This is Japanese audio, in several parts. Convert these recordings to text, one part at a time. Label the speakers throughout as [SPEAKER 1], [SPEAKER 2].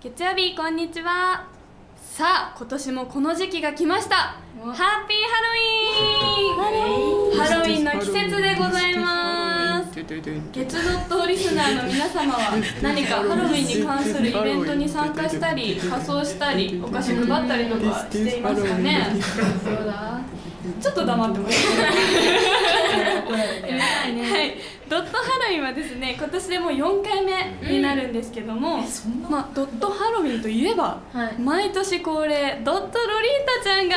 [SPEAKER 1] 月曜日こんにちはさあ今年もこの時期が来ましたハッピーハロウィーンハロウィーンの季節でございます月ドットリスナーの皆様は何かハロウィーンに関するイベントに参加したり仮装したりお菓子配ったりとかしていますかねそうだちょっと黙ってもらって はい、ドットハロウィンはですね今年でもう4回目になるんですけども、まあ、ドットハロウィンといえば、
[SPEAKER 2] はい
[SPEAKER 1] 毎年恒例ドットロリータちゃんが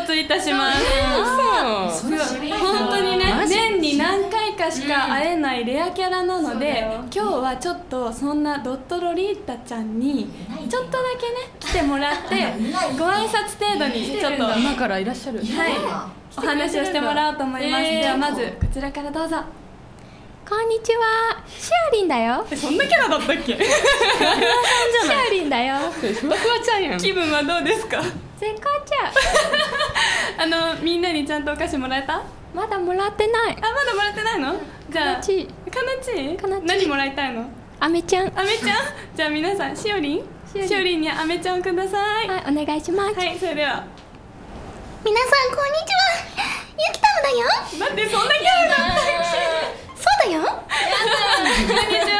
[SPEAKER 1] 出没いたします
[SPEAKER 3] 嘘
[SPEAKER 1] すごい本当にね
[SPEAKER 3] マジ
[SPEAKER 1] 年に何回かしか会えないレアキャラなので、
[SPEAKER 2] うん
[SPEAKER 1] 今日はちょっとそんなドットロリータちゃんにちょっとだけね来てもらってご挨拶程度にちょっと、はい、
[SPEAKER 3] 今からいらっしゃる
[SPEAKER 1] お話をしてもらおうと思います、
[SPEAKER 3] えー
[SPEAKER 1] ではまずこちらからどうぞ
[SPEAKER 4] こんにちは、シアリンだよ。
[SPEAKER 3] そんなキャラだったっけ
[SPEAKER 4] シアリンだよ。
[SPEAKER 3] ふわふわちゃんやん
[SPEAKER 1] 気分はどうですか
[SPEAKER 4] 絶好調。
[SPEAKER 1] あのみんなにちゃんとお菓子もらえたあ
[SPEAKER 4] まだもらってない。
[SPEAKER 1] まだもらってないのじゃあ
[SPEAKER 4] うち、
[SPEAKER 1] かなち
[SPEAKER 4] かなち
[SPEAKER 1] 何もらいたいの
[SPEAKER 4] アメちゃん。は
[SPEAKER 1] あめちゃんじゃあ皆さんしおりん
[SPEAKER 4] しおりん
[SPEAKER 1] しおりんにあめちゃんをくださいはい、
[SPEAKER 4] い、お願いします。
[SPEAKER 1] それでは
[SPEAKER 5] 皆さんこんにちはゆきたむだよ
[SPEAKER 1] 待ってそんなキャラだ
[SPEAKER 5] そうだよこ
[SPEAKER 1] こんにち
[SPEAKER 5] ん
[SPEAKER 1] は
[SPEAKER 5] にちは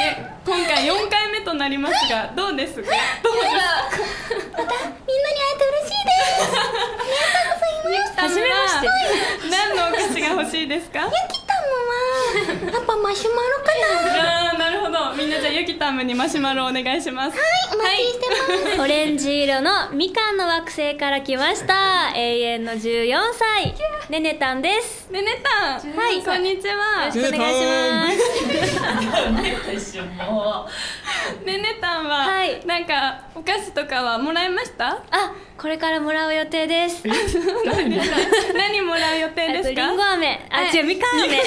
[SPEAKER 1] え今回4回目となりますがどうです かどう
[SPEAKER 5] みんなに会えて嬉しいです
[SPEAKER 1] ですか初めまして何のお菓子が欲しいですか
[SPEAKER 5] ゆきたむはやっぱマシュマロかな
[SPEAKER 1] あーなるほどみんなじゃあゆきたむにマシュマロお願いします
[SPEAKER 5] はいお待ちしてます、
[SPEAKER 6] オレンジ色のみかんの惑星から来ました永遠の14歳ねねたんです
[SPEAKER 1] ねねたんはいこんにちは
[SPEAKER 6] よろしくお願いします
[SPEAKER 1] ねねたん
[SPEAKER 6] は
[SPEAKER 1] はいなんかお菓子とかはもらいました
[SPEAKER 6] あこれからもらう予定です
[SPEAKER 1] 何もらう予定
[SPEAKER 6] え
[SPEAKER 1] で
[SPEAKER 6] っと
[SPEAKER 1] す
[SPEAKER 6] り
[SPEAKER 1] か
[SPEAKER 6] んご飴あ違うみかん飴
[SPEAKER 1] ブレブ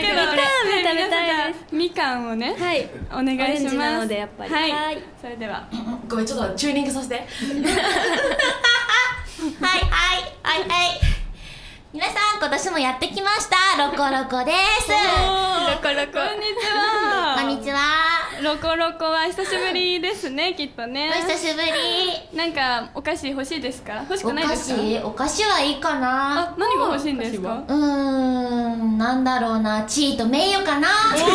[SPEAKER 1] レブレブレブレキャラブレブレだけど
[SPEAKER 6] みかん食べたいで
[SPEAKER 1] みかんをね
[SPEAKER 6] はい
[SPEAKER 1] お願いし
[SPEAKER 6] オレ
[SPEAKER 1] ま
[SPEAKER 6] ン
[SPEAKER 1] す
[SPEAKER 6] ジなのでやっぱり
[SPEAKER 1] はい、
[SPEAKER 6] はい
[SPEAKER 1] それでは
[SPEAKER 2] ごめんちょっとチューニングさせて
[SPEAKER 5] はいはいはいはい皆さん今年もやってきましたロコロコです
[SPEAKER 1] ロコロコこんにちは
[SPEAKER 5] こんにちは
[SPEAKER 1] ロコロコは久しぶりですねきっとね
[SPEAKER 5] お久しぶり
[SPEAKER 1] なんかお菓子欲しいですか欲し
[SPEAKER 5] お
[SPEAKER 1] くないで
[SPEAKER 5] 菓
[SPEAKER 1] すか
[SPEAKER 5] 子お菓子はいいかな
[SPEAKER 1] あ何が欲しいんですか
[SPEAKER 5] うーんなんだろうな地位と名誉かな
[SPEAKER 2] すご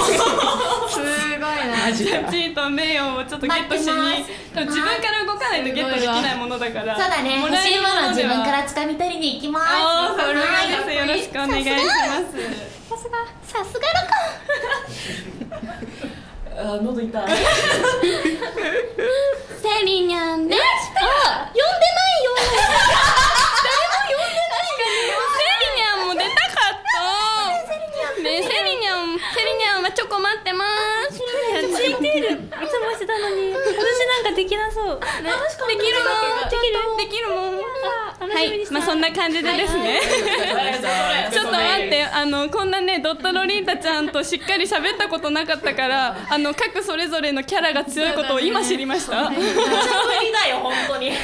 [SPEAKER 2] いな
[SPEAKER 3] マジか
[SPEAKER 1] 地位と名誉をちょっとゲットしに
[SPEAKER 5] 待って
[SPEAKER 1] でも自分から動かないとゲットできないものだから
[SPEAKER 5] そうだね
[SPEAKER 1] も
[SPEAKER 5] 欲
[SPEAKER 1] らえ
[SPEAKER 5] しい
[SPEAKER 1] る
[SPEAKER 5] ものは自
[SPEAKER 1] では
[SPEAKER 5] 分から掴み取りに行きます
[SPEAKER 1] あーそれ
[SPEAKER 5] はい
[SPEAKER 1] はですよろしくお願いします
[SPEAKER 5] さすがさすがロコ
[SPEAKER 2] あ喉痛い
[SPEAKER 5] セリニャンです。あ、呼んでないよ。
[SPEAKER 1] セリニャンも出たかった。ねえ、セリニャン、セリニャンはチョコ待ってます。
[SPEAKER 6] ついてるいつもしてたのに私なんかできなそう
[SPEAKER 1] ね、できるもん、できる、できるもん。は
[SPEAKER 6] 楽しみに
[SPEAKER 1] い、
[SPEAKER 6] し
[SPEAKER 1] まあ、そんな感じでですね。ちょっと待って、あの、こんなね、ドットロリータちゃんとしっかり喋ったことなかったから。あの、各それぞれのキャラが強いことを今知りました。
[SPEAKER 2] 無理だよ本当に
[SPEAKER 1] ま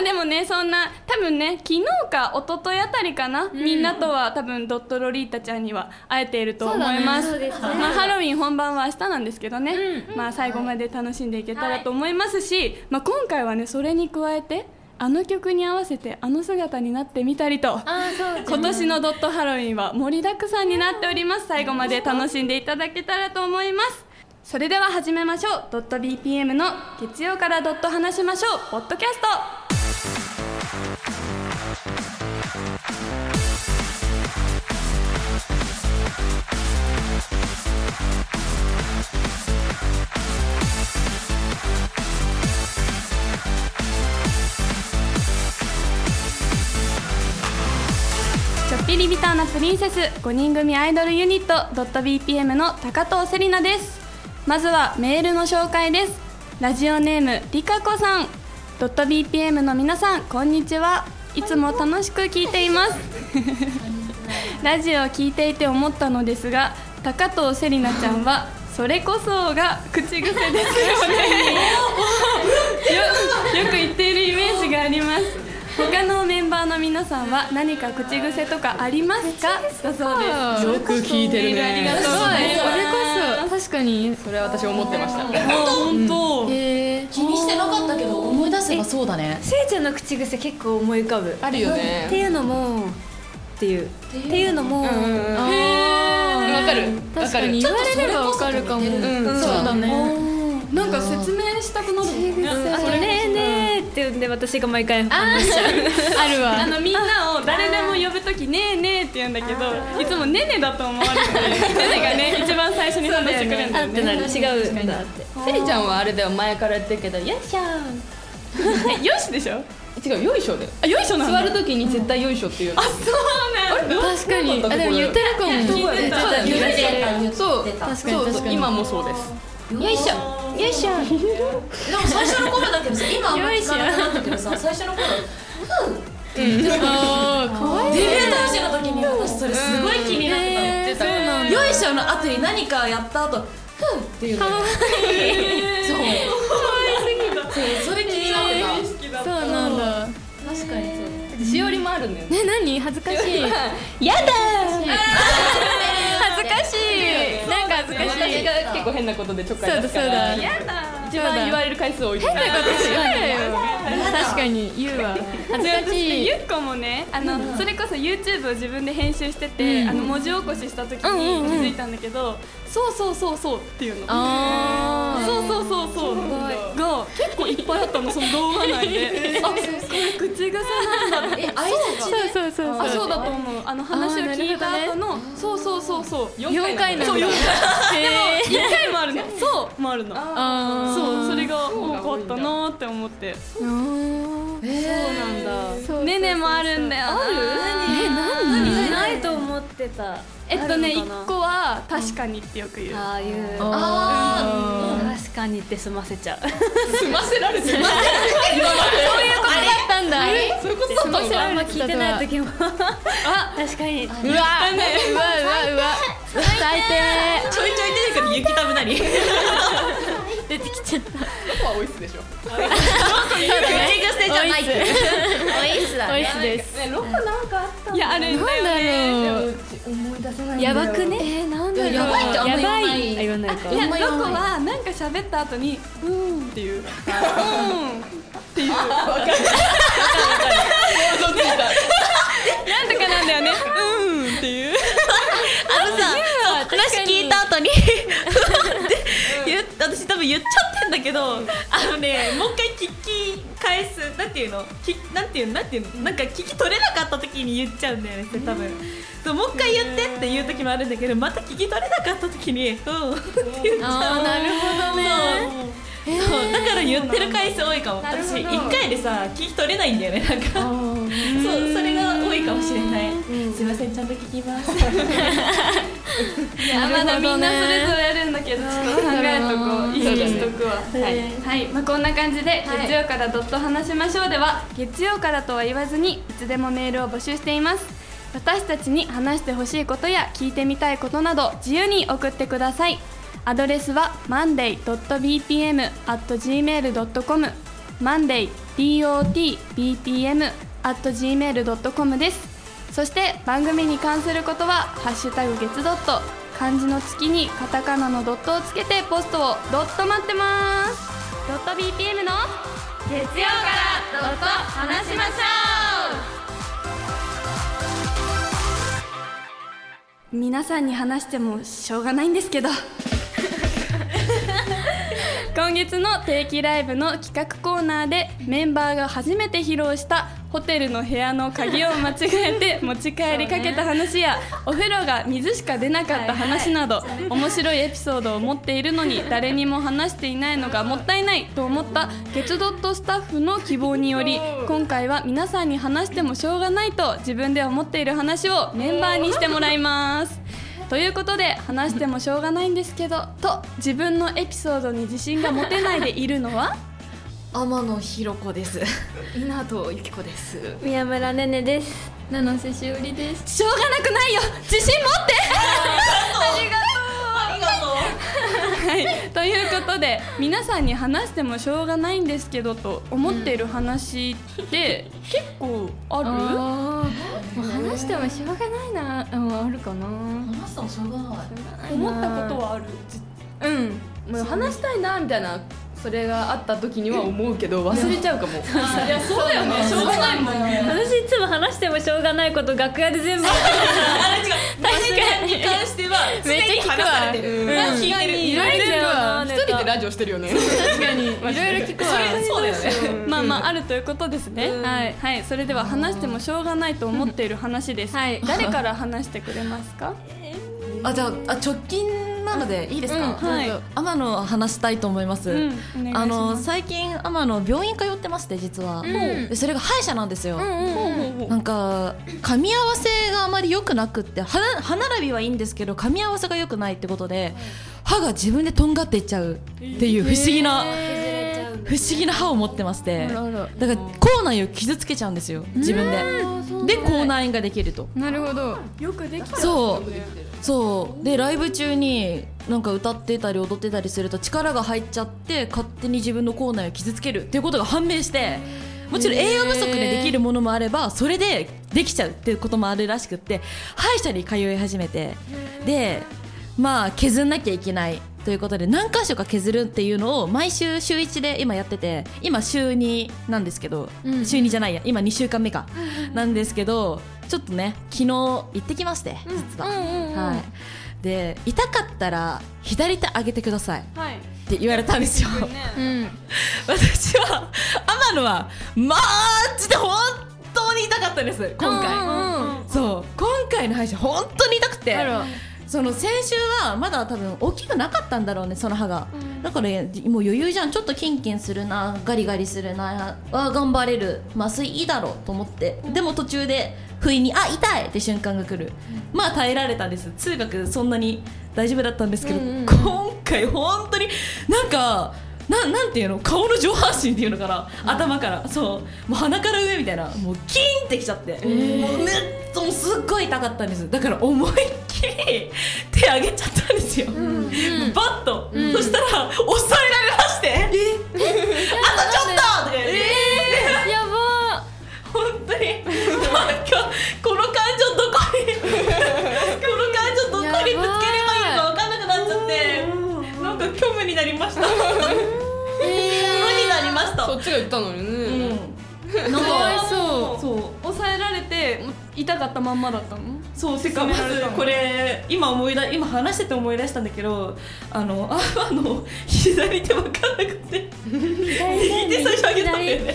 [SPEAKER 1] あでもねそんな多分ね昨日か一昨日あたりかな、みんなとは多分ドットロリータちゃんには会えていると思います
[SPEAKER 6] そうですね
[SPEAKER 1] まあ、ハロウィン本番は明日なんですけどね、まあ、最後まで楽しんでいけたらと思いますし、まあ、今回はねそれに加えてあの曲に合わせてあの姿になってみたりと
[SPEAKER 6] あそう
[SPEAKER 1] 今年のドットハロウィンは盛りだくさんになっております最後まで楽しんでいただけたらと思いますそれでは始めましょうドット BPM の月曜からドット話しましょうポッドキャストちょっぴりビターなプリンセス5人組アイドルユニットドット .bpm の高藤セリナですまずはメールの紹介ですラジオネームりかこさんドット .bpm の皆さんこんにちはいつも楽しく聞いていますラジオを聞いていて思ったのですが高藤セリナちゃんはそれこそが口癖ですよねよ よく言っているイメージがあります他のメンバーの皆さんは何か口癖とかありますかだそうです
[SPEAKER 3] よく聞いてるね
[SPEAKER 1] ありがとうございます
[SPEAKER 7] かにそれは私思ってました
[SPEAKER 1] 本当
[SPEAKER 8] へえ
[SPEAKER 5] 気にしてなかったけど思い出せば
[SPEAKER 8] そうだね
[SPEAKER 6] せいちゃんの口癖結構思い浮かぶ
[SPEAKER 7] あるよね
[SPEAKER 6] っていうのもっていうっていうの
[SPEAKER 7] う
[SPEAKER 6] も
[SPEAKER 7] んうんうんわかるわ
[SPEAKER 9] 確
[SPEAKER 7] か
[SPEAKER 9] かに
[SPEAKER 7] る
[SPEAKER 9] 言われればわかるかも
[SPEAKER 7] うんそうだね
[SPEAKER 1] なんか説明したくなるもんね
[SPEAKER 6] あとねえねえって言うんで私が毎回
[SPEAKER 7] あるわ
[SPEAKER 1] あのみんなを誰でも呼ぶときねえねえって言うんだけどいつもねねだと思われて ねねがね一番最初に話してくれるんだ
[SPEAKER 6] あ
[SPEAKER 1] よ
[SPEAKER 6] って
[SPEAKER 1] ね
[SPEAKER 6] なる違うんだって
[SPEAKER 7] せりちゃんはあれだよ前から言ってるけどよいしょ
[SPEAKER 1] えよしでしょ
[SPEAKER 7] 違うよいしょだよ
[SPEAKER 1] あよいしょなん
[SPEAKER 7] 座
[SPEAKER 1] だ
[SPEAKER 7] るときに絶対よいしょって言うの
[SPEAKER 1] そうなんだ
[SPEAKER 9] 確かに
[SPEAKER 7] な
[SPEAKER 9] あ
[SPEAKER 7] んだ
[SPEAKER 9] でも言ってるかも
[SPEAKER 7] そう
[SPEAKER 1] 聞いてた
[SPEAKER 7] だよ
[SPEAKER 5] 言ってた言ってた
[SPEAKER 7] そう
[SPEAKER 5] 確かに
[SPEAKER 7] そうそう今もそうです
[SPEAKER 5] よいしょよいしょでも最初の頃だけどさ今あんまり聞かなくなったけどさ最初の頃
[SPEAKER 7] ああかわい
[SPEAKER 5] デビュー当時の時に私それすごい気になってたの
[SPEAKER 7] いそうな
[SPEAKER 5] よいしょの後に何かやった後ふうっていうのそうそうそれ気になってた
[SPEAKER 9] そうなんだ
[SPEAKER 5] 確かにそう
[SPEAKER 7] しおりもあるんだよ
[SPEAKER 9] ね
[SPEAKER 7] ね
[SPEAKER 9] 何恥ずかしい
[SPEAKER 6] やだ
[SPEAKER 9] 恥ずかしいなんか恥ずかしい
[SPEAKER 7] 私が結構変なことでちょっかい出すから
[SPEAKER 9] そうだそうだ
[SPEAKER 7] 一番言われる回数多い変なこと
[SPEAKER 9] 確かに言うわ恥ずかしい
[SPEAKER 1] ゆっこもねあの、それこそ YouTube を自分で編集してて、あの文字起こしした時に気づいたんだけど、そうそうそうそうっていうの
[SPEAKER 9] あー
[SPEAKER 1] そうそうそう そうが結構いっぱいあったのその動画内であこれ口癖なんだ
[SPEAKER 5] え挨拶
[SPEAKER 9] そうそうそう
[SPEAKER 1] あ
[SPEAKER 9] そ
[SPEAKER 1] そううだと思うあの話を聞いた後の、そうそうそうそう
[SPEAKER 7] 4回
[SPEAKER 1] そう
[SPEAKER 7] よ
[SPEAKER 1] 4回 でも1回もあるのそうもあるの
[SPEAKER 9] あ
[SPEAKER 1] そうそれが多かったなーって思って
[SPEAKER 9] そうなんだ
[SPEAKER 1] ねねもあるんだよあるえ
[SPEAKER 6] ないと思ってた
[SPEAKER 1] えっとね
[SPEAKER 6] ある
[SPEAKER 1] 一
[SPEAKER 6] のかな
[SPEAKER 1] 個は確かにってよく言う。
[SPEAKER 6] ああいう
[SPEAKER 5] あ
[SPEAKER 6] 確かにって済ませちゃう
[SPEAKER 7] 済ませられてる
[SPEAKER 9] なんだ
[SPEAKER 7] そういうことだったのか
[SPEAKER 6] あんま聞いてない時もあ確かに
[SPEAKER 7] うわ
[SPEAKER 9] うわうわうわ最低
[SPEAKER 5] ちょいちょい出てくる雪たぶなり
[SPEAKER 7] ここはオイスでしょ
[SPEAKER 10] 口癖じゃないっておいっすだ
[SPEAKER 9] オイスです
[SPEAKER 7] ねロコなんかあった
[SPEAKER 1] いやあるんだよね。
[SPEAKER 9] なんだろう
[SPEAKER 6] やばくね
[SPEAKER 9] えーなんだろう
[SPEAKER 8] やばいってあんま
[SPEAKER 6] や
[SPEAKER 8] 言わ
[SPEAKER 6] ば
[SPEAKER 8] ない
[SPEAKER 6] いあ言わないか
[SPEAKER 1] いやロコはなんか喋った後にうーんっていう。うーんっていう。なん
[SPEAKER 7] 想像ついた
[SPEAKER 1] とかなんだよね。うーんっていう。
[SPEAKER 10] あのさ話聞いた後に言っ私多分言っちゃってんだけどあのねもう一回聞き返すなんていうのきなんていうのなんていうのなんか聞き取れなかった時に言っちゃうんだよねそれ多分そうもう一回言ってっていう時もあるんだけどまた聞き取れなかった時にうんって言っちゃうなるほどねそうだから言ってる回数多いかも私一回でさ聞き取れないんだよねなんかそうそれが多いかもしれないすいませんちゃんと聞きます
[SPEAKER 1] まだみんなそれぞれやるんだけど、ちょっと考えとこう、意識しとくわ。はい、はい、まあ、こんな感じで、月曜からドット話しましょうでは、月曜からとは言わずに、いつでもメールを募集しています。私たちに話してほしいことや聞いてみたいことなど自由に送ってくださいアドレスは monday.bpm.gmail.com monday.dotbpm.gmail.com ですそして番組に関することは「ハッシュタグ月ドット」漢字の月にカタカナのドットをつけてポストをドット待ってますドット BPM の月曜からドット話しましょう皆さんに話してもしょうがないんですけど今月の定期ライブの企画コーナーでメンバーが初めて披露したホテルの部屋の鍵を間違えて持ち帰りかけた話や、お風呂が水しか出なかった話など、面白いエピソードを持っているのに誰にも話していないのがもったいないと思った月ドットスタッフの希望により今回は皆さんに話してもしょうがないと自分で思っている話をメンバーにしてもらいます。ということで話してもしょうがないんですけどと自分のエピソードに自信が持てないでいるのは
[SPEAKER 8] 天野ひろ子です
[SPEAKER 7] 湊ゆき子です
[SPEAKER 6] 宮村ねねです
[SPEAKER 9] 七瀬しおりです
[SPEAKER 1] しょうがなくないよ自信持って
[SPEAKER 5] ありがとう
[SPEAKER 1] はいということで皆さんに話してもしょうがないんですけどと思っている話って結構ある、
[SPEAKER 9] あーもう話してもしょうがないな、うん、あるかな
[SPEAKER 5] 話したのしょうがない
[SPEAKER 1] 思ったことはあるじ
[SPEAKER 3] うんもう話したいなみたいなそれがあった時には思うけど忘れちゃうかもいやそうだよねしょうがないもんね
[SPEAKER 6] 私いつも話してもしょうがないこと楽屋で 全部
[SPEAKER 5] 確かに関しては常に話されてる聞いてる
[SPEAKER 3] いろいろ
[SPEAKER 6] うん
[SPEAKER 3] 一人でラジオしてるよね確かにいろいろ聞くわ
[SPEAKER 5] そうだよね
[SPEAKER 1] まあまああるということですね。はい、はい、それでは話してもしょうがないと思っている話です。はい、 誰から話してくれますか。
[SPEAKER 10] あじゃああ直近なのでいいですか、
[SPEAKER 1] うんはい
[SPEAKER 10] 天野話したいと思います、
[SPEAKER 1] うんお願いします
[SPEAKER 10] あの最近天野病院通ってまして実は、でそれが歯医者なんですよ、なんか噛み合わせがあまり良くなくって歯歯並びはいいんですけど噛み合わせが良くないってことで歯が自分でとんがっていっちゃうっていう不思議な、不思議な歯を持ってましてだから口内を傷つけちゃうんですよ自分でで口内炎ができると
[SPEAKER 1] なるほど。よくできた。
[SPEAKER 10] そうそうでライブ中になんか歌ってたり踊ってたりすると力が入っちゃって勝手に自分の口内を傷つけるっていうことが判明してもちろん栄養不足でできるものもあればそれでできちゃうっていうこともあるらしくって歯医者に通い始めてでまあ削んなきゃいけないということで何箇所か削るっていうのを毎週週1で今やってて今週2なんですけど、週2じゃないや今2週間目か、なんですけどちょっとね昨日行ってきまして実は、はいで痛かったら左手上げてくださいっ
[SPEAKER 1] はい。
[SPEAKER 10] て言われたんですよ、
[SPEAKER 1] ね。
[SPEAKER 10] 私は天野はマジで本当に痛かったです今回、そう今回の歯医者本当に痛くてその先週はまだ多分大きくなかったんだろうねその歯が、だからもう余裕じゃんちょっとキンキンするなガリガリするなあ頑張れる麻酔いいだろうと思ってでも途中で不意にあ痛いって瞬間が来る、まあ耐えられたんです通学そんなに大丈夫だったんですけど、今回本当になんかななんていうの顔の上半身っていうのかな、頭からそうもう鼻から上みたいなもうキーンってきちゃって、もうねっもうすっごい痛かったんですだから思いっきり手上げちゃったんですよ、バッと、そしたら抑えられまして「あとちょっと!」とか言って、
[SPEAKER 6] やば
[SPEAKER 10] 本当になんかこの感情どこにこの感情どこにぶつければいいのか分かんなくなっちゃってなんか虚無になりま した無になりました
[SPEAKER 3] そっちが言ったのにね、
[SPEAKER 10] うん、か
[SPEAKER 1] そう
[SPEAKER 10] そう
[SPEAKER 1] 抑えられて、もう痛かったまんまだったの。
[SPEAKER 10] そうてかまずこれ今思い出今話してて思い出したんだけどあの ああの左手分かんなくて右手最初上げたんだよね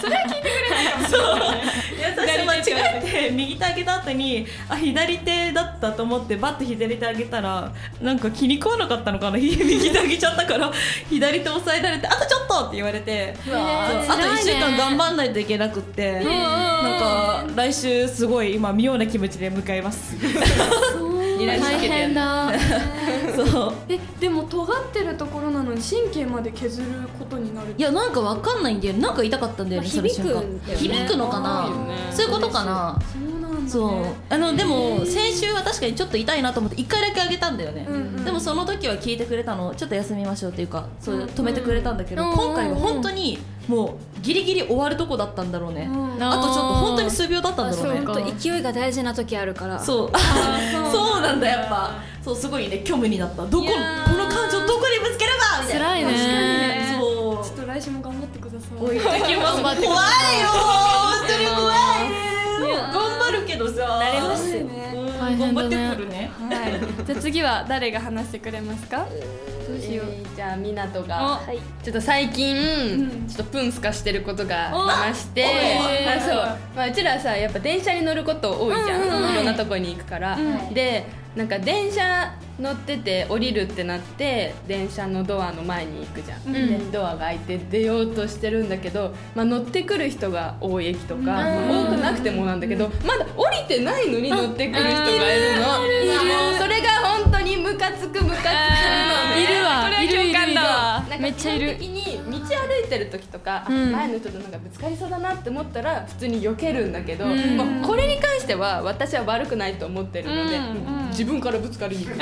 [SPEAKER 10] それは聞いてくれないそういや私間違えて右手上げた後にあ左手だったと思ってバッと左手上げたらなんか気に食わなかったのかな 右手上げちゃったから左手押さえられてあとちょっとって言われてそうあと1週間頑張んないといけなくってなんか来週すごい今妙な気持ちで迎えます。
[SPEAKER 3] 大変 だ
[SPEAKER 10] そう
[SPEAKER 1] え、でも尖ってるところなのに、神経まで削ることになる。
[SPEAKER 10] いやなんかわかんないんだよねなんか痛かったんだよね、その瞬間響くのかなそういうことかな
[SPEAKER 1] そうなんだ。
[SPEAKER 10] そうあのでも先週は確かにちょっと痛いなと思って1回だけあげたんだよね、
[SPEAKER 1] んうん
[SPEAKER 10] でもその時は聞いてくれたのちょっと休みましょうっていうかそう止めてくれたんだけど、今回は本当にもうギリギリ終わるとこだったんだろうね、
[SPEAKER 1] うん
[SPEAKER 10] あとちょっと本当に数秒だったんだろうね
[SPEAKER 6] ほんと勢いが大事な時あるから
[SPEAKER 10] そう そうなんだやっぱそうすごいね虚無になったどここの感情どこにぶつければみたいな
[SPEAKER 3] 辛いね
[SPEAKER 10] そ う
[SPEAKER 1] ちょっと来週も頑張ってください。
[SPEAKER 10] おい行ってきます怖いよ本当に怖いよ頑張るけどさ慣れますよね
[SPEAKER 3] 大
[SPEAKER 10] 頑
[SPEAKER 3] 変
[SPEAKER 10] 張
[SPEAKER 3] だ
[SPEAKER 10] っ
[SPEAKER 3] ね
[SPEAKER 10] てくるね
[SPEAKER 1] はい。じゃあ次は誰が話してくれますか。どうしよう。
[SPEAKER 7] じゃあみなと
[SPEAKER 1] お
[SPEAKER 7] がちょっと最近、
[SPEAKER 1] ん
[SPEAKER 7] ちょっとプンスカしてることがあ
[SPEAKER 1] お
[SPEAKER 7] りまして
[SPEAKER 1] おえー
[SPEAKER 7] あそう、まあ、うちらさやっぱ電車に乗ること多いじゃん、いろんなとこに行くから、でなんか電車乗ってて降りるってなって電車のドアの前に行くじゃん、でドアが開いて出ようとしてるんだけど、まあ、乗ってくる人が多い駅とか、まあ多くなくてもなんだけど、まだ降りてないのに乗ってくる人がいるのもうそれが本当にムカつくムカつくのね
[SPEAKER 1] いるわ
[SPEAKER 7] これはい
[SPEAKER 1] るいる
[SPEAKER 7] 共感だわ
[SPEAKER 1] いるめっちゃいる
[SPEAKER 7] 基本的に道歩いてる時とか、あ前の人となんかぶつかりそうだなって思ったら普通に避けるんだけど、もうこれに関しては私は悪くないと思ってるので、自分からぶつかりに行 く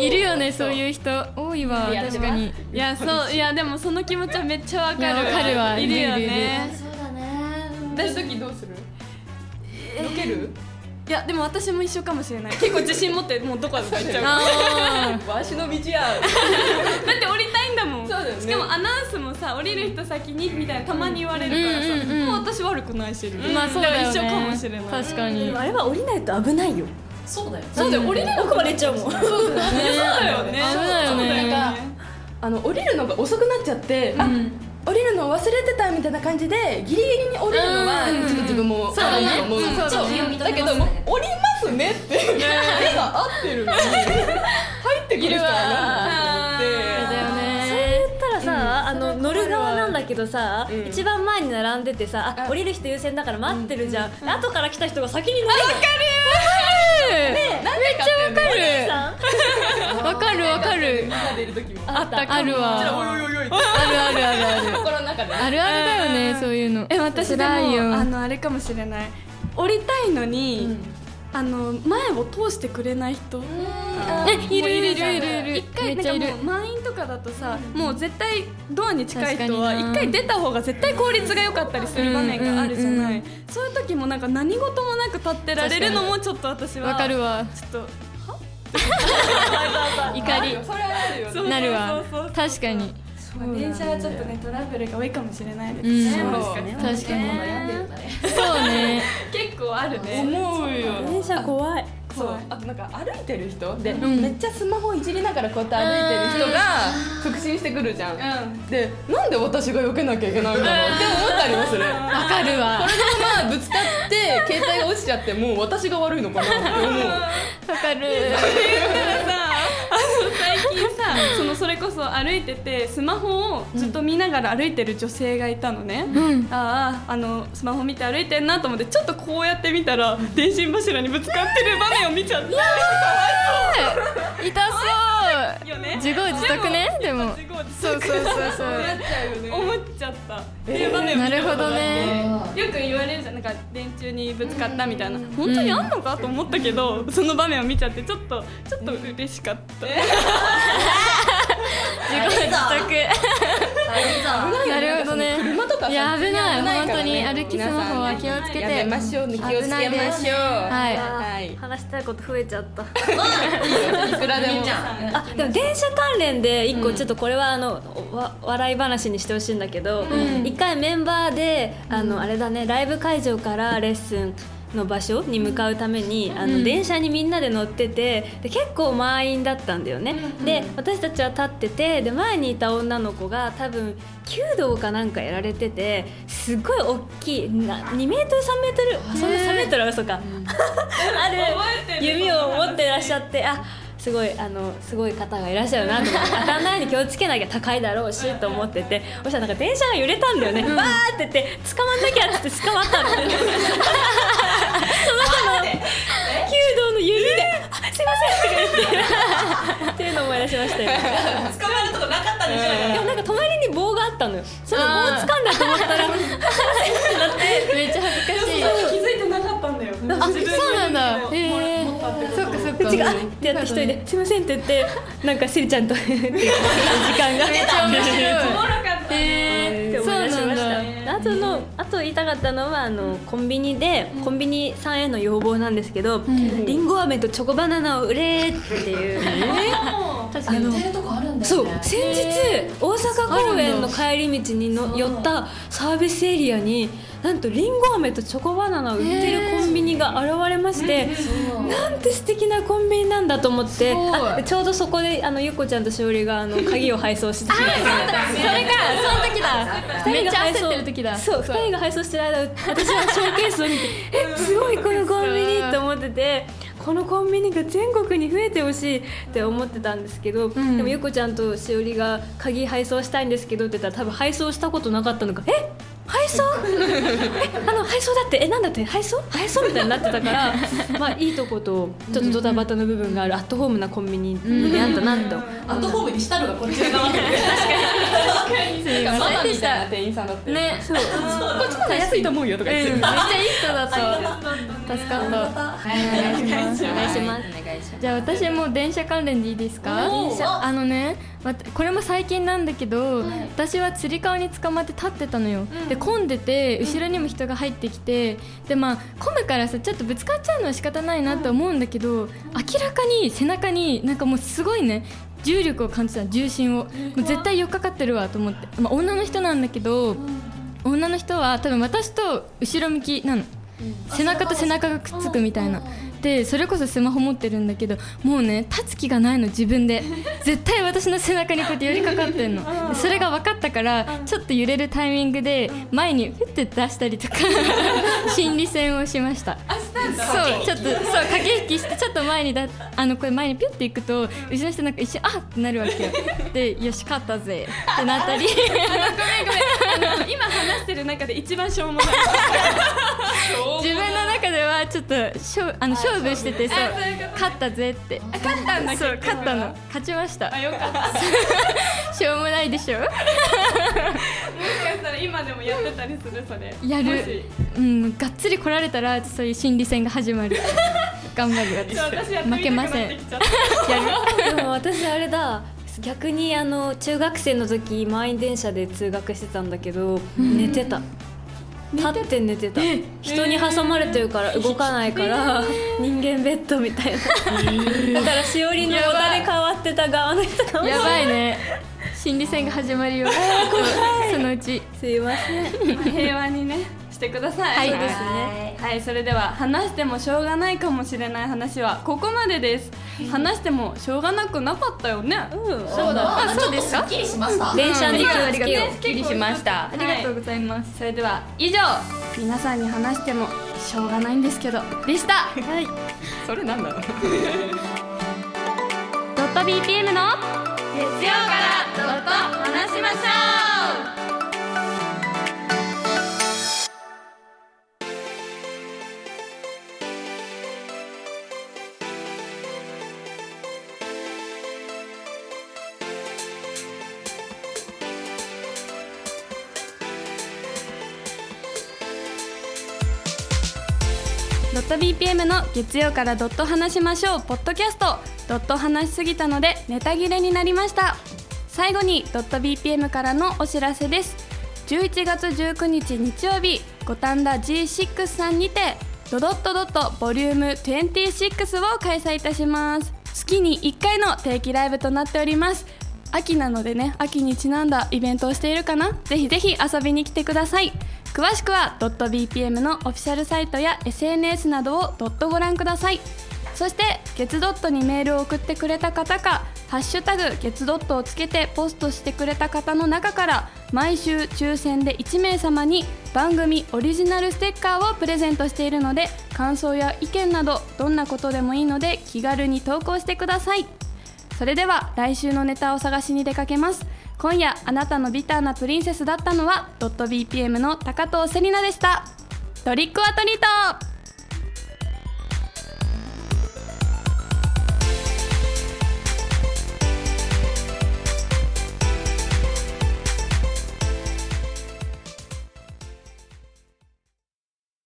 [SPEAKER 1] いるよねそういう人多いわ
[SPEAKER 7] やって
[SPEAKER 1] 確かにいやそういやでもその気持ちはめっちゃわかるわかるわいるよね
[SPEAKER 7] そういう時どうする避ける
[SPEAKER 1] いやでも私も一緒かもしれない結構自信持ってもうどこでも行っちゃう
[SPEAKER 7] わしの道 や
[SPEAKER 1] だって降りたいんだもん
[SPEAKER 7] そうだよね
[SPEAKER 1] しかもアナウンスもさ降りる人先にみたいなたまに言われるからさ、もう私悪くないし、
[SPEAKER 3] まあそうだよね
[SPEAKER 1] 一緒かもしれない
[SPEAKER 3] 確かに
[SPEAKER 5] あれは降りないと危ないよ
[SPEAKER 2] そうだよ
[SPEAKER 1] そうだよ降りれなく
[SPEAKER 5] 奥まで行っちゃうもん
[SPEAKER 1] そうだよね
[SPEAKER 3] 危ないよね
[SPEAKER 1] なんか
[SPEAKER 7] あの降りるのが遅くなっちゃって、あ降りるの忘れてたみたいな感じでギリギリに降りるのはちょっと自分もあると思うそうそうだけどもう降りますねって目が合ってるのに入ってくる人は
[SPEAKER 3] だよ
[SPEAKER 6] そ
[SPEAKER 3] ね
[SPEAKER 6] れ言ったらさ、あの乗る側なんだけどさ、一番前に並んでてさあ降りる人優先だから待ってるじゃん、後から来た人が先に乗る
[SPEAKER 3] わかる
[SPEAKER 6] さん
[SPEAKER 3] わかるわかる
[SPEAKER 7] なんでみんなでいる時も
[SPEAKER 3] あったあるわあ
[SPEAKER 7] おいおいおい
[SPEAKER 3] るあるあるある
[SPEAKER 7] 心の中で
[SPEAKER 3] あるあるだよねそういうの
[SPEAKER 1] え私でも
[SPEAKER 3] 辛いよ
[SPEAKER 1] あのあれかもしれない降りたいのに、あの前を通してくれない人
[SPEAKER 3] えいるいるいるいるいる
[SPEAKER 1] 一回
[SPEAKER 3] め
[SPEAKER 1] な
[SPEAKER 3] っちゃい
[SPEAKER 1] ん
[SPEAKER 3] る
[SPEAKER 1] かもう満員とかだとさ、もう絶対ドアに近い人は
[SPEAKER 3] 確かに
[SPEAKER 1] 一
[SPEAKER 3] な
[SPEAKER 1] 回出た方が絶対効率が良かったりする場面があるじゃない、そういう時もなんか何事もなく立ってられるのもちょっと私は
[SPEAKER 3] わかるわ
[SPEAKER 1] ちょっと
[SPEAKER 3] 怒り
[SPEAKER 7] それはあるよね
[SPEAKER 3] なるわ確かに
[SPEAKER 1] 電車はちょっとねトラブルが多いかもしれないです、
[SPEAKER 3] うん
[SPEAKER 1] そう
[SPEAKER 3] 確かに
[SPEAKER 2] 悩んでるんだね
[SPEAKER 3] そうね
[SPEAKER 1] 結構あるね
[SPEAKER 7] 思うよ
[SPEAKER 5] 電車怖い
[SPEAKER 7] そうあとなんか歩いてる人で、
[SPEAKER 3] ん
[SPEAKER 7] めっちゃスマホいじりながらこうやって歩いてる人が促進してくるじゃん、でなんで私が避けなきゃいけないんだろうって思ったりもする
[SPEAKER 3] わかるわわ
[SPEAKER 7] まあぶつかって携帯が落ちちゃってもう私が悪いのかなって思う
[SPEAKER 3] かる
[SPEAKER 1] 最近さそのそれこそ歩いててスマホをずっと見ながら歩いてる女性がいたのね、あああのスマホ見て歩いてんなと思ってちょっとこうやって見たら電信柱にぶつかってる場面を見ちゃった
[SPEAKER 3] 痛そう
[SPEAKER 1] よね
[SPEAKER 3] 自業自得ねでも
[SPEAKER 1] 自業自
[SPEAKER 3] そうそうそう
[SPEAKER 1] 得思っちゃったっていう場
[SPEAKER 3] そう
[SPEAKER 1] 面を
[SPEAKER 3] な
[SPEAKER 1] 見た
[SPEAKER 3] る
[SPEAKER 1] こ
[SPEAKER 3] ほ
[SPEAKER 1] とがあ
[SPEAKER 3] どね
[SPEAKER 1] ってよく言われるじゃんなんか電柱にぶつかったみたいな本当にあんのかと思ったけどその場面を見ちゃってちょっとちょっと嬉しかった
[SPEAKER 3] なるほどね
[SPEAKER 7] 車とかさ
[SPEAKER 3] いや危ない本当に
[SPEAKER 7] からね
[SPEAKER 3] 歩きスマホは気をつけ
[SPEAKER 7] やめ
[SPEAKER 3] て
[SPEAKER 7] ましょうね気をつけましょう
[SPEAKER 3] 危ないですはい
[SPEAKER 7] はい
[SPEAKER 6] 話したいこと増えちゃった
[SPEAKER 7] いくらでも
[SPEAKER 6] あでも電車関連で一個ちょっとこれはあの、わ笑い話にしてほしいんだけど一、回メンバーであの、あれだねライブ会場からレッスンの場所に向かうために、あの電車にみんなで乗っててで結構満員だったんだよね、で私たちは立っててで前にいた女の子が多分弓道かなんかやられててすごい大きいな2メートル3メートルあそんな3メートルあるそうか、ある弓を持ってらっしゃってあすごいあのすごい方がいらっしゃるなと思 って当たらないように気をつけなきゃ高いだろうしと思っててそしたらなんか電車が揺れたんだよね、わーって言って捕まんなきゃって言って捕まったのその 子の弓道の指で「あすいません」とか言ってっていうのを思 い出しましたよ
[SPEAKER 2] 捕まるとこなかったんでしょ
[SPEAKER 6] いやなんか隣に棒があったのよその棒を掴んだと思ったら
[SPEAKER 3] めっちゃ恥ずかしい
[SPEAKER 1] 気づいてなかったんだよ
[SPEAKER 3] あそうなんだへえそっかそっか
[SPEAKER 6] 違うあってやって一人で「すいません」って言ってなんかしりちゃんとっていう時間が
[SPEAKER 3] めっちゃ面白い
[SPEAKER 6] っ
[SPEAKER 3] へ
[SPEAKER 6] て
[SPEAKER 3] え
[SPEAKER 6] 思
[SPEAKER 3] そう
[SPEAKER 6] い出しました
[SPEAKER 3] なんだ
[SPEAKER 6] あとのあと言いたかったのはあのコンビニでコンビニさんへの要望なんですけど、りんご飴とチョコバナナを売れっていう、
[SPEAKER 2] 確かに売ってるとこあるんだよね
[SPEAKER 6] そう先日大阪公園の帰り道にの寄ったサービスエリアになんとりんご飴とチョコバナナを売ってるコンビニが現れまして、なんて素敵なコンビニなんだと思ってあでちょうどそこであのゆっこちゃんとしおりがあの鍵を配送してしまってそれがその時だ
[SPEAKER 3] めっちゃ焦ってる時だ
[SPEAKER 6] そう2人が配送してる間私はショーケースを見てえすごいこのコンビニと思っててこのコンビニが全国に増えてほしいって思ってたんですけど、
[SPEAKER 3] ん
[SPEAKER 6] でもゆこちゃんとしおりが「鍵配送したいんですけど」って言ったら多分配送したことなかったのが「え配 送えあの配送だってえなんだって配送配送みたいになってたからまあいいとことちょっとドタバタの部分があるアットホームなコンビニに出会ったなと、
[SPEAKER 2] アットホームにしたのがこっち側
[SPEAKER 7] ママみたいな店員さんだって
[SPEAKER 3] ねそう
[SPEAKER 7] こっちの方が安いと思うよとか言って
[SPEAKER 3] めっちゃいい人だった
[SPEAKER 7] 助かった
[SPEAKER 6] お願いします
[SPEAKER 7] じゃあ私も電車関連でいいですか
[SPEAKER 5] おー電車
[SPEAKER 7] あのねわたこれも最近なんだけど、私はつり革に捕まって立ってたのよ、で混んでて後ろにも人が入ってきて、でまあ混むからさちょっとぶつかっちゃうのは仕方ないなと思うんだけど、明らかに背中になんかもうすごいね重力を感じた重心をもう絶対寄っかかってるわと思って、まあ、女の人なんだけど、女の人は多分私と後ろ向きなの、背中と背中がくっつくみたいな、でそれこそスマホ持ってるんだけどもうね立つ気がないの自分で絶対私の背中にこうやって寄りかかってんのでそれが分かったからちょっと揺れるタイミングで前にフッて出したりとか 心理戦をしましたそうちょっとそう駆け引きしてちょっと前にだあのこれ前にピュッていくと後ろの人なんか一瞬あっってなるわけ よでよし勝ったぜってなったり
[SPEAKER 1] 今話してる中で一番しょうもない
[SPEAKER 7] 自分の中ではちょっとしょうあの勝負しててそう勝ったぜって勝ったんだそう勝ったの勝ちましたあよかった しょうもないでしょ
[SPEAKER 1] 今でもやってたりするそれ
[SPEAKER 7] やるうんがっつり来られたらそういう心理戦が始まる 頑張る
[SPEAKER 1] 私やって
[SPEAKER 7] 私負けませんやる
[SPEAKER 6] でも私あれだ逆にあの中学生の時満員電車で通学してたんだけど、寝てた立って寝てた人に挟まれてるから動かないから、人間ベッドみたいな、だからしおりのよだれ変わってた側の人が
[SPEAKER 7] やばいね心理戦が始まるよそのうち
[SPEAKER 6] すいません
[SPEAKER 1] 平和にねしてください
[SPEAKER 7] はい
[SPEAKER 1] ねはいそれでは話してもしょうがないかもしれない話はここまでです話してもしょうがなくなかったよね
[SPEAKER 5] そうだ。あ、ちょっとすっきりしました。
[SPEAKER 6] 電車に気をつけよう
[SPEAKER 1] すっきりしましたありがとうございます、それでは以上皆さんに話してもしょうがないんですけどでしたはい
[SPEAKER 11] それなんだろう
[SPEAKER 1] ドット BPM の月曜からドット話しましょうドット BPM の月曜からドット話しましょうポッドキャストドット話しすぎたのでネタ切れになりました最後にドット BPM からのお知らせです11月19日日曜日五反田 G6 さんにてドドットドットボリューム26を開催いたします月に1回の定期ライブとなっております秋なのでね秋にちなんだイベントをしているかなぜひぜひ遊びに来てください詳しくは .bpm のオフィシャルサイトや SNS などをドットご覧くださいそして月ドットにメールを送ってくれた方か「ハッシュタグ月ドット」をつけてポストしてくれた方の中から毎週抽選で1名様に番組オリジナルステッカーをプレゼントしているので感想や意見などどんなことでもいいので気軽に投稿してくださいそれでは来週のネタを探しに出かけます今夜あなたのビターなプリンセスだったのは .bpm の高藤セリナでしたトリックはトリート